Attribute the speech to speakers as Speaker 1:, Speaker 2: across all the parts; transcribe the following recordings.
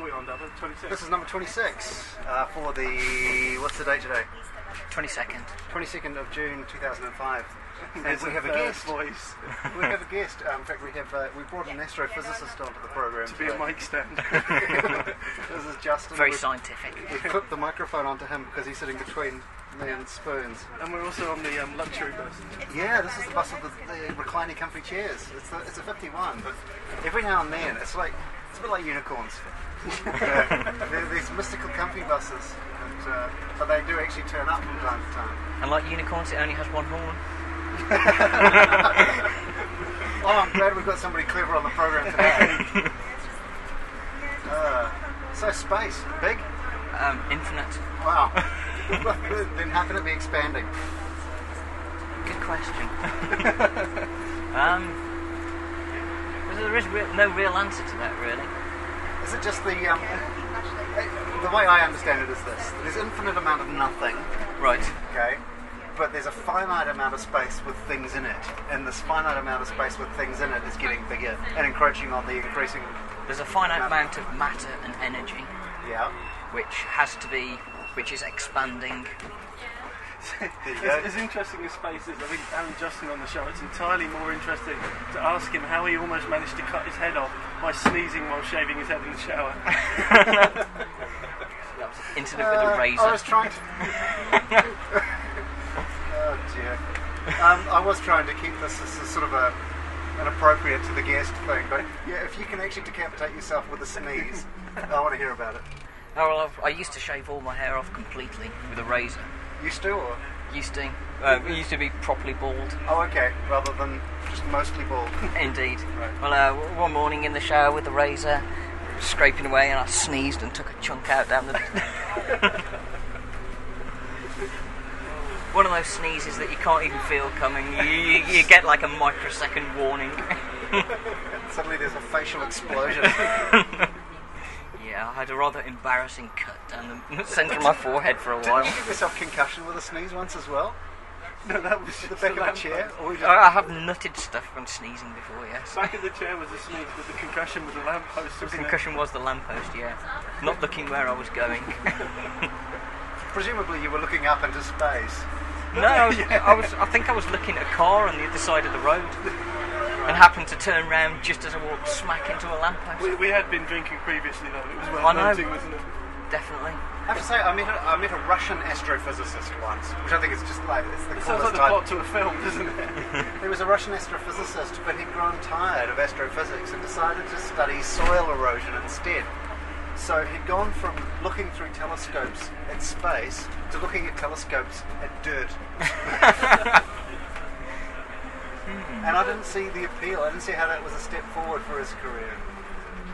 Speaker 1: number? 26.
Speaker 2: This is number 26 uh, for the. What's the date today?
Speaker 3: 22nd.
Speaker 2: 22nd of June 2005. And
Speaker 1: There's
Speaker 2: we have a
Speaker 1: third
Speaker 2: guest.
Speaker 1: voice
Speaker 2: We have a guest. Um, in fact, we have uh, we brought an astrophysicist onto the program.
Speaker 1: to be a
Speaker 2: today.
Speaker 1: mic stand.
Speaker 2: this is Justin.
Speaker 3: Very
Speaker 2: We've-
Speaker 3: scientific.
Speaker 2: We've clipped the microphone onto him because he's sitting between me and Spoons.
Speaker 1: and we're also on the um, luxury bus.
Speaker 2: Yeah, this is the bus with the, the reclining comfy chairs. It's a, it's a 51, but every now and then it's like it's a bit like unicorns. yeah, they're these mystical comfy buses, and, uh, but they do actually turn up from time to time.
Speaker 3: And like unicorns, it only has one horn.
Speaker 2: Oh, I'm glad we've got somebody clever on the program today. uh, so space, big,
Speaker 3: Um, infinite.
Speaker 2: wow. then how can it be expanding?
Speaker 3: Good question. um, there is real, no real answer to that, really.
Speaker 2: Is it just the um, eh, the way I understand it is this: there's infinite amount of nothing,
Speaker 3: Right.
Speaker 2: okay, but there's a finite amount of space with things in it, and this finite amount of space with things in it is getting bigger and encroaching on the increasing.
Speaker 3: There's a finite amount of matter and energy,
Speaker 2: Yeah,
Speaker 3: which has to be, which is expanding.
Speaker 2: you go.
Speaker 1: As, as interesting as space is, I think having Justin on the show, it's entirely more interesting to ask him how he almost managed to cut his head off by sneezing while shaving his head in the shower.
Speaker 3: Into the with a
Speaker 2: Uh,
Speaker 3: razor.
Speaker 2: I was trying to. oh dear. Um, I was trying to keep this as a sort of a an appropriate to the guest thing, but yeah, if you can actually decapitate yourself with a sneeze, I want to hear about it.
Speaker 3: Oh, well, I've, I used to shave all my hair off completely with a razor.
Speaker 2: You still? Or?
Speaker 3: Used to. Uh, it used to be properly bald.
Speaker 2: Oh, okay. Rather than just mostly bald.
Speaker 3: Indeed.
Speaker 2: Right.
Speaker 3: Well, uh, w- one morning in the shower with the razor, scraping away, and I sneezed and took a chunk out down the. one of those sneezes that you can't even feel coming. You, you, you get like a microsecond warning.
Speaker 2: Suddenly there's a facial explosion.
Speaker 3: yeah, I had a rather embarrassing cut down the centre of my forehead for a
Speaker 2: Did you
Speaker 3: while.
Speaker 2: give yourself concussion with a sneeze once as well?
Speaker 1: no, that was
Speaker 2: The
Speaker 1: just
Speaker 2: back of a
Speaker 1: lamp. Uh,
Speaker 2: chair? Or we just-
Speaker 3: I I have nutted stuff from sneezing before, yes.
Speaker 1: Back of the chair was a sneeze, but the concussion was a lamppost.
Speaker 3: The
Speaker 1: wasn't it?
Speaker 3: concussion was the lamppost, yeah. Not looking where I was going.
Speaker 2: Presumably you were looking up into space.
Speaker 3: No, I was, I was. I think I was looking at a car on the other side of the road, and happened to turn round just as I walked smack into a lamppost.
Speaker 1: We, we had been drinking previously, though. It was
Speaker 3: I
Speaker 1: well
Speaker 3: know.
Speaker 1: noting, wasn't it?
Speaker 3: Definitely.
Speaker 2: I have to say, I met a, I met a Russian astrophysicist once, which I think is just like, it's the
Speaker 1: It sounds like
Speaker 2: coolest
Speaker 1: the plot to
Speaker 2: title.
Speaker 1: a film, doesn't it?
Speaker 2: He was a Russian astrophysicist, but he'd grown tired of astrophysics and decided to study soil erosion instead. So he'd gone from looking through telescopes at space to looking at telescopes at dirt. and I didn't see the appeal. I didn't see how that was a step forward for his career.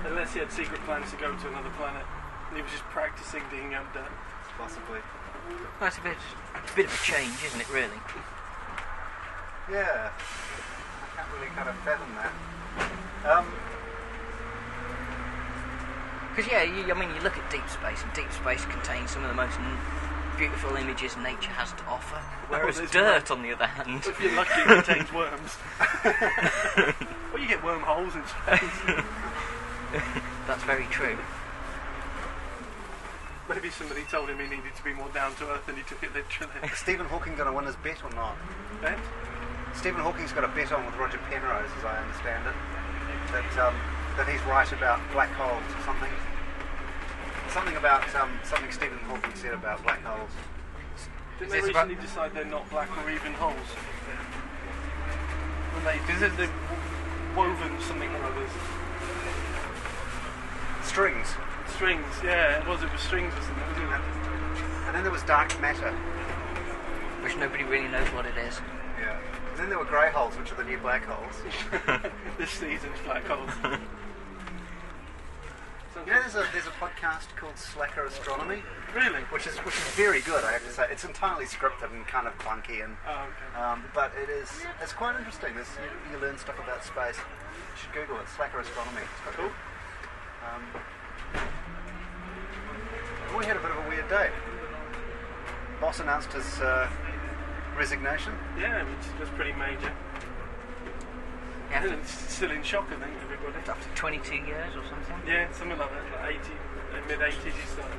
Speaker 1: Unless he had secret plans to go to another planet. He was just practicing digging up dirt.
Speaker 2: Possibly.
Speaker 3: That's a bit, a bit of a change, isn't it? Really.
Speaker 2: Yeah. I can't really kind of fathom that. Um,
Speaker 3: Because yeah, you, I mean, you look at deep space, and deep space contains some of the most n- beautiful images nature has to offer. Whereas
Speaker 1: there's
Speaker 3: dirt, on the other hand,
Speaker 1: If you're lucky, it contains worms. well, you get wormholes in space.
Speaker 3: that's very true.
Speaker 1: Maybe somebody told him he needed to be more down to earth and he took it literally.
Speaker 2: is Stephen Hawking going to win his bet or not?
Speaker 1: Ben?
Speaker 2: Stephen Hawking's got a bet on with Roger Penrose, as I understand it, that um, that he's right about black holes or something. Something about um, something Stephen Hawking said about black holes.
Speaker 1: Didn't
Speaker 3: Is
Speaker 1: they
Speaker 3: this about-
Speaker 1: recently decide they're not black or even holes? When they, did they, they've woven something or others.
Speaker 2: Strings,
Speaker 1: Strings, yeah, it was, it was strings or something, wasn't it?
Speaker 2: and then there was dark matter.
Speaker 3: Which nobody really knows what it is.
Speaker 2: Yeah. And then there were grey holes, which are the new black holes.
Speaker 1: This season's black holes.
Speaker 2: You know, there's a there's a podcast called Slacker Astronomy,
Speaker 1: Really?
Speaker 2: which is which is very good. I have to say, it's entirely scripted and kind of clunky, and
Speaker 1: Oh, okay.
Speaker 2: um, but it is it's quite interesting. It's, you, you learn stuff about space. You should Google it. Slacker Astronomy. It's quite
Speaker 1: Cool.
Speaker 2: good. Um, we had a bit of a weird day. Boss announced his uh, resignation.
Speaker 1: Yeah, which was pretty major.
Speaker 3: Yeah,
Speaker 1: It's still in shock, I think, everybody.
Speaker 3: after 22 years or something.
Speaker 1: Yeah, something like that, like 80, mid 80s he started.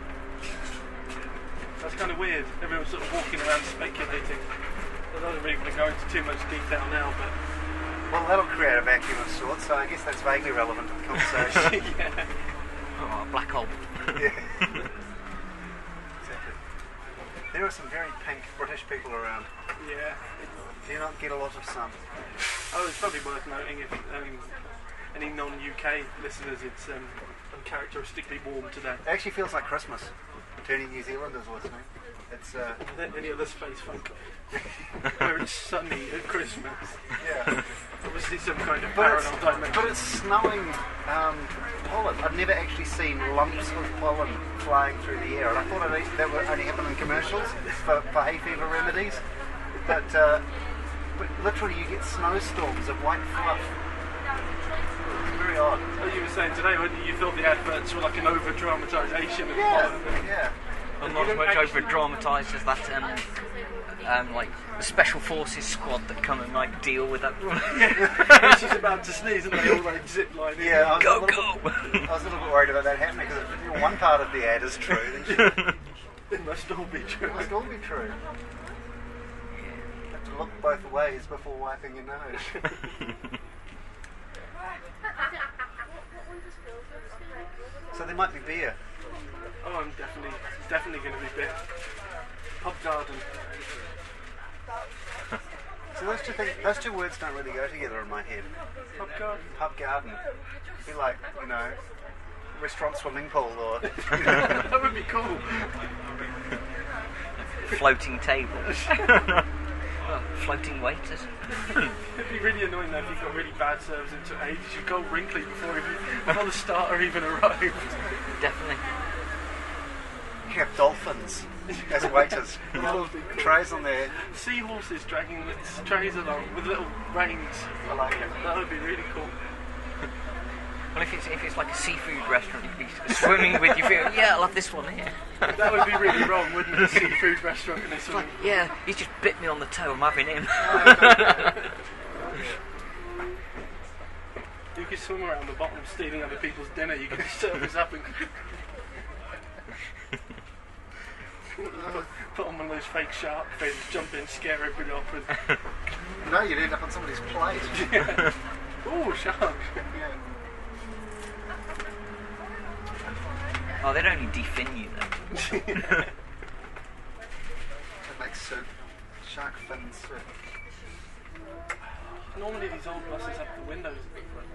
Speaker 1: That's kind of weird. Everyone's sort of walking around speculating. I don't really want to go into too much detail now, but
Speaker 2: Well, that'll create a vacuum of sorts, so I guess that's vaguely relevant to the conversation.
Speaker 1: yeah.
Speaker 3: Oh, black hole.
Speaker 2: yeah. exactly. There are some very pink British people around.
Speaker 1: yeah.
Speaker 2: Do you not get a lot of sun.
Speaker 1: Oh, it's probably worth noting if um, any non UK listeners, it's um, uncharacteristically warm today.
Speaker 2: It actually feels like Christmas. To any New Zealanders listening, it's uh,
Speaker 1: Are there any other space folk where it's sunny at Christmas?
Speaker 2: yeah.
Speaker 1: Obviously, some kind of
Speaker 2: But it's,
Speaker 1: parallel dimension.
Speaker 2: but it's snowing um, pollen. I've never actually seen lumps of pollen flying through the air, and I thought it, that would only happen in commercials for, for hay fever remedies. But uh, but literally, you get snowstorms of white fluff. It's very odd.
Speaker 1: As uh, you were saying today, weren't you, you thought the adverts were like an over dramatisation of
Speaker 2: Yeah,
Speaker 1: Holland.
Speaker 2: yeah.
Speaker 3: And not as much over dramatised as that, um, um, like, the special forces squad that come and, like, deal with that.
Speaker 1: When she's about to sneeze and they all like zip line in.
Speaker 2: Yeah, I was, a
Speaker 3: go,
Speaker 2: little bit- I
Speaker 3: go!
Speaker 2: was a little bit worried about that happening because if one part of the ad is true, then it
Speaker 1: It must all be true.
Speaker 2: must all be true. You have to look both ways before wiping your nose. so there might be beer.
Speaker 1: Oh, I'm definitely, definitely going to be bit. Pub garden.
Speaker 2: So those two things, those two words don't really go together in my head.
Speaker 1: Pub garden.
Speaker 2: Pub garden, be like you know, restaurant swimming pool or
Speaker 1: that would be cool.
Speaker 3: Floating table. Oh, floating waiters.
Speaker 1: It'd be really annoying though if you got really bad service and it took ages. You go wrinkly before even before the starter even arrived.
Speaker 3: Definitely.
Speaker 2: you have dolphins as waiters. little trays on there.
Speaker 1: Seahorses dragging the trays along with little reins.
Speaker 2: I like it.
Speaker 1: That would be really cool.
Speaker 3: Well, if it's, if it's like a seafood restaurant, you'd be swimming with your food. Yeah, I'll have this one here.
Speaker 1: That would be really wrong, wouldn't it? Seafood restaurant and this one.
Speaker 3: Yeah, he just bit me on the toe. I'm having him.
Speaker 1: You could swim around the bottom stealing other people's dinner. You could surface up and put on one of those fake shark fins, jump in, scare everybody off with,
Speaker 2: No, you'd end up on somebody's plate.
Speaker 1: ooh, shark.
Speaker 2: Yeah.
Speaker 3: Oh, they'd only defin you though.
Speaker 2: It makes soup. Shark fin soup.
Speaker 1: Normally these old buses have the windows at the front.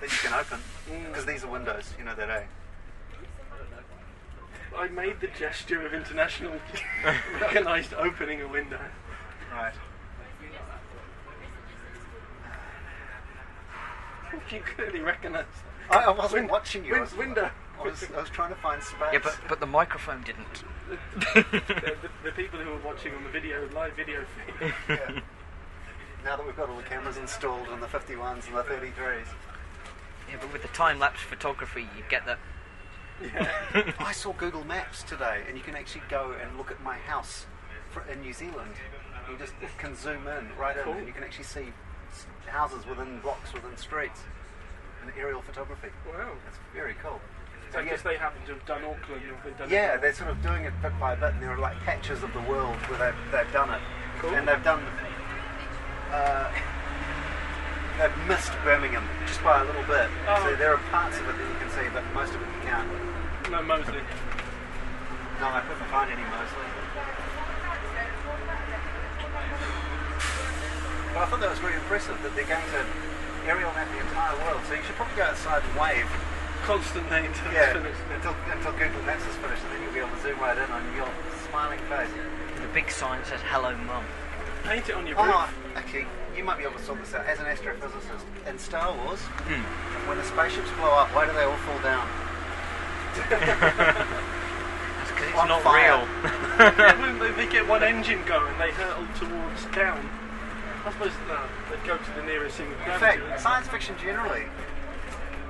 Speaker 2: That you can open.
Speaker 1: Mm.
Speaker 2: Because these are windows, you know that, eh?
Speaker 1: I made the gesture of international recognised opening a window.
Speaker 2: Right.
Speaker 1: You clearly recognise. that.
Speaker 2: I, I wasn't
Speaker 1: Win-
Speaker 2: watching you. I
Speaker 1: win-
Speaker 2: was,
Speaker 1: window.
Speaker 2: I was, I was trying to find space.
Speaker 3: Yeah, but but the microphone didn't.
Speaker 1: the, the, the people who are watching on the video, live video feed.
Speaker 2: Yeah. now that we've got all the cameras installed on the 51s and the 33s,
Speaker 3: Yeah, but with the time lapse photography, you get that.
Speaker 2: I saw Google Maps today, and you can actually go and look at my house fr in New Zealand. You just can zoom in right in,
Speaker 1: Cool.
Speaker 2: and you can actually see s- houses within blocks, within streets, and aerial photography.
Speaker 1: Wow.
Speaker 2: That's very cool.
Speaker 1: So I guess they happen to have done Auckland or they've done
Speaker 2: Yeah,
Speaker 1: it.
Speaker 2: they're sort of doing it bit by bit, and there are like patches of the world where they've, they've done it,
Speaker 1: Cool.
Speaker 2: and they've done. Uh, they've missed Birmingham just by a little bit.
Speaker 1: Oh.
Speaker 2: So there are parts of it that you can see, but most of it you can't.
Speaker 1: No, Mosley.
Speaker 2: No, I couldn't find any mostly. But I thought that was really impressive that they're going to aerial map the entire world. So you should probably go outside and wave.
Speaker 1: Constantly until it's
Speaker 2: Yeah,
Speaker 1: finished.
Speaker 2: until, until Google Maps is finished, and then you'll be able to zoom right in on your smiling face.
Speaker 3: The big sign says "Hello, Mum."
Speaker 1: Paint it on your
Speaker 2: Oh,
Speaker 1: roof.
Speaker 2: no, actually, you might be able to sort this out. As an astrophysicist, in Star Wars,
Speaker 3: Hmm.
Speaker 2: when the spaceships blow up, why do they all fall down?
Speaker 3: That's because it's
Speaker 2: On
Speaker 3: not
Speaker 2: fire.
Speaker 3: real.
Speaker 1: Yeah, wouldn't they, they get one engine going, they hurtle towards down. I suppose no, they'd go to the nearest thing with
Speaker 2: In
Speaker 1: gravity.
Speaker 2: fact, science fiction generally,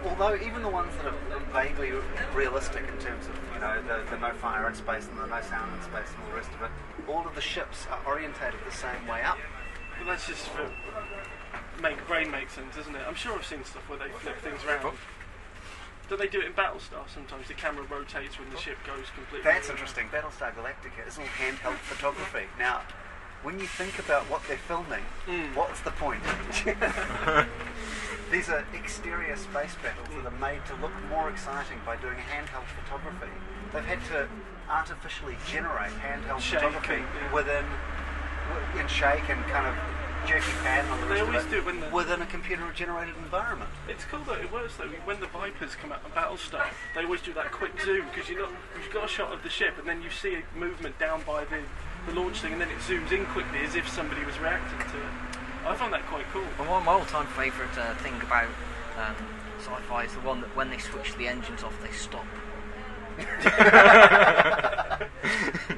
Speaker 2: although even the ones that are vaguely realistic in terms of, you know, the, the no fire in space and the no sound in space and all the rest of it, all of the ships are orientated the same way up.
Speaker 1: But that's just for make brain make sense, isn't it? I'm sure I've seen stuff where they flip things around. Don't they do it in Battlestar sometimes? The camera rotates when the ship goes completely.
Speaker 2: That's
Speaker 1: around.
Speaker 2: interesting. Battlestar Galactica is all handheld photography. Now, when you think about what they're filming,
Speaker 1: Mm.
Speaker 2: what's the point? These are exterior space battles that are made to look more exciting by doing handheld photography. They've had to artificially generate handheld
Speaker 1: Shake
Speaker 2: photography
Speaker 1: and- yeah.
Speaker 2: within wi- and shake and kind of jerky pan on the
Speaker 1: They
Speaker 2: rest
Speaker 1: always
Speaker 2: of
Speaker 1: do it when the-
Speaker 2: within a computer-generated environment.
Speaker 1: It's cool though. It works though. When the Vipers come out of Battlestar, they always do that quick zoom because you not you've got a shot of the ship and then you see a movement down by the, the launch thing and then it zooms in quickly as if somebody was reacting to it. I found that quite cool.
Speaker 3: And one of my all-time favourite uh, thing about um, sci-fi is the one that when they switch the engines off, they stop.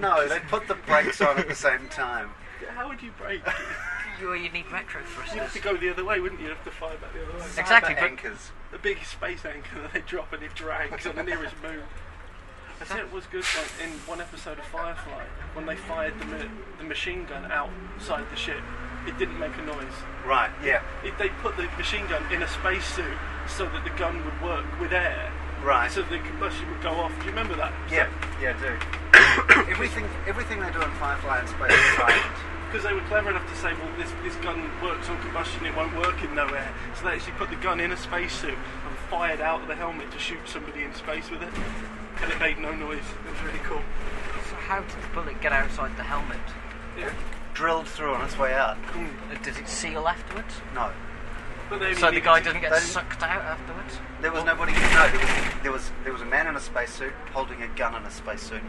Speaker 2: No, they put the brakes on at the same time.
Speaker 1: How would you brake?
Speaker 3: You you need retro
Speaker 1: You'd have
Speaker 3: thrusters.
Speaker 1: to go the other way, wouldn't you? You'd have to fire back the other way.
Speaker 3: Exactly,
Speaker 2: Cyber
Speaker 3: but-
Speaker 2: anchors.
Speaker 1: The big space anchor that they drop and it drags on the nearest moon. I said it was good like, in one episode of Firefly when they fired the, ma- the machine gun outside the ship. It didn't make a noise.
Speaker 2: Right. Yeah.
Speaker 1: If they put the machine gun in a spacesuit so that the gun would work with air.
Speaker 2: Right.
Speaker 1: So the combustion would go off. Do you remember that?
Speaker 2: Yeah, yeah, do. everything, everything they do in Firefly and Space is silent.
Speaker 1: Because they were clever enough to say, well, this, this gun works on combustion, it won't work in no air. So they actually put the gun in a spacesuit and fired out of the helmet to shoot somebody in space with it. And it made no noise. It was really cool.
Speaker 3: So how did the bullet get outside the helmet?
Speaker 1: Yeah.
Speaker 2: Drilled through on its way out.
Speaker 3: Uh, Did it seal afterwards?
Speaker 2: No,
Speaker 1: But they only
Speaker 3: So the
Speaker 1: needed
Speaker 3: guy
Speaker 1: to-
Speaker 3: doesn't get
Speaker 2: Then-
Speaker 3: sucked out afterwards.
Speaker 2: there was nobody. No, there was, there was there was a man in a spacesuit holding a gun in a spacesuit.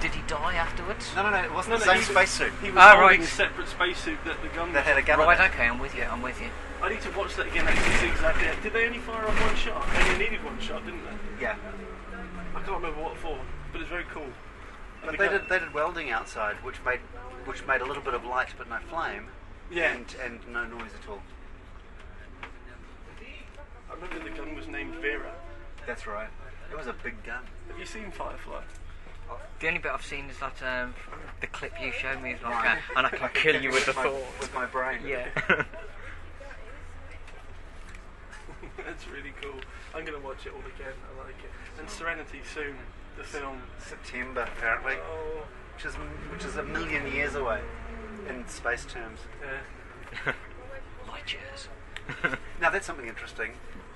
Speaker 3: Did he die afterwards?
Speaker 2: No, no, no, it wasn't
Speaker 1: No,
Speaker 2: the
Speaker 1: no,
Speaker 2: same
Speaker 1: he was-
Speaker 2: spacesuit.
Speaker 1: He was
Speaker 3: Ah,
Speaker 1: holding
Speaker 3: right.
Speaker 1: a separate spacesuit that the gun
Speaker 2: That had a gun. in
Speaker 3: Right,
Speaker 2: it.
Speaker 3: okay, I'm with you. I'm with you.
Speaker 1: I need to watch that again actually see exactly. Did they only fire off one shot? They only needed one shot, didn't they?
Speaker 2: Yeah,
Speaker 1: I can't remember what for, but it's very cool. And the
Speaker 2: but they
Speaker 1: gun-
Speaker 2: did they did welding outside, which made which made a little bit of light but no flame.
Speaker 1: Yeah.
Speaker 2: And and no noise at all.
Speaker 1: I remember the gun was named Vera.
Speaker 2: That's right. It was a big gun.
Speaker 1: Have you seen Firefly?
Speaker 3: The only bit I've seen is that um, the clip you showed me, is like, uh, and I can kill you with the
Speaker 2: my,
Speaker 3: thought.
Speaker 2: With my brain.
Speaker 3: Yeah.
Speaker 1: That's really cool. I'm going to watch it all again. I like it. And Serenity soon, the film.
Speaker 2: September apparently.
Speaker 1: Oh,
Speaker 2: which is which is a million years away in space terms.
Speaker 1: yeah.
Speaker 3: Light years.
Speaker 2: Now that's something interesting.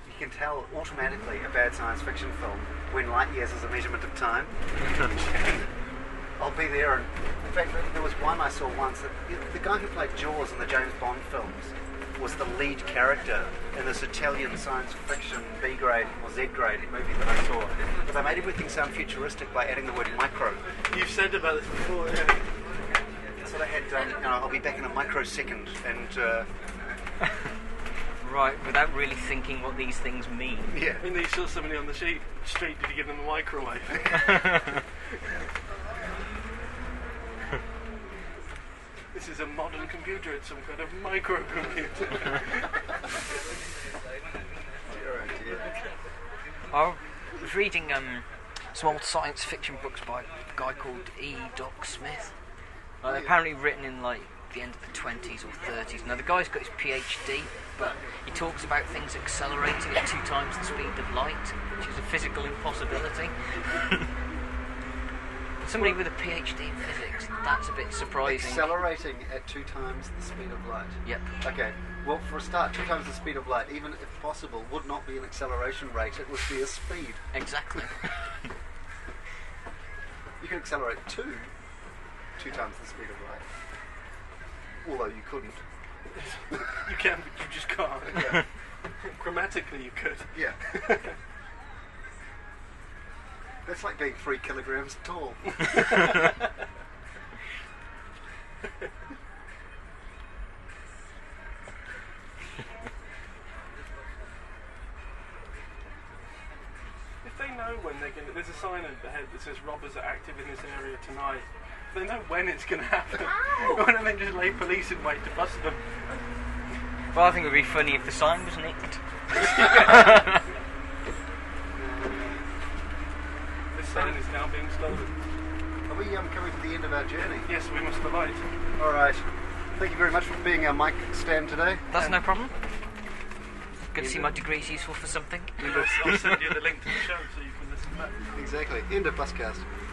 Speaker 2: You can tell automatically a bad science fiction film when light years is a measurement of time. I'll be there. And in fact, there- there was one I saw once. That the guy who played Jaws in the James Bond films was the lead character in this Italian science fiction B grade or Z grade movie that I saw. But they made everything sound futuristic by adding the word micro.
Speaker 1: You've said about this before, yeah.
Speaker 2: So they had, um, you know, I'll be back in a microsecond, and uh,
Speaker 3: Right, without really thinking what these things mean.
Speaker 2: yeah.
Speaker 1: When they saw somebody on the sheet, street, did you give them a microwave? this is a modern computer, it's some kind of microcomputer.
Speaker 3: I was reading um, some old science fiction books by a guy called E. Doc Smith. Like, they're apparently written in like the end of the 20s or 30s. Now the guy's got his PhD, but he talks about things accelerating at two times the speed of light, which is a physical impossibility. Somebody with a PhD in physics, that's a bit surprising.
Speaker 2: Accelerating at two times the speed of light.
Speaker 3: yep.
Speaker 2: Okay. Well, for a start, two times the speed of light, even if possible, would not be an acceleration rate. It would be a speed.
Speaker 3: Exactly.
Speaker 2: You can accelerate two, two times the speed of light. Although you couldn't.
Speaker 1: you can, but you just can't. Grammatically, you could.
Speaker 2: Yeah. That's like being three kilograms tall.
Speaker 1: If they know when they're going to, there's a sign over the head that says robbers are active in this area tonight. If They know when it's going to happen. Why don't they just lay police in wait to bust them?
Speaker 3: well, I think it would be funny if the sign was nicked.
Speaker 1: This sign is now being stolen.
Speaker 2: Are we um, coming to the end of our journey?
Speaker 1: Yes, we must alight.
Speaker 2: All right. Thank you very much for being our mic stand today.
Speaker 3: That's no problem. Good to see my degree's useful for something.
Speaker 1: I'll send you the link to the show so you can listen back.
Speaker 2: Exactly. End of Buscast.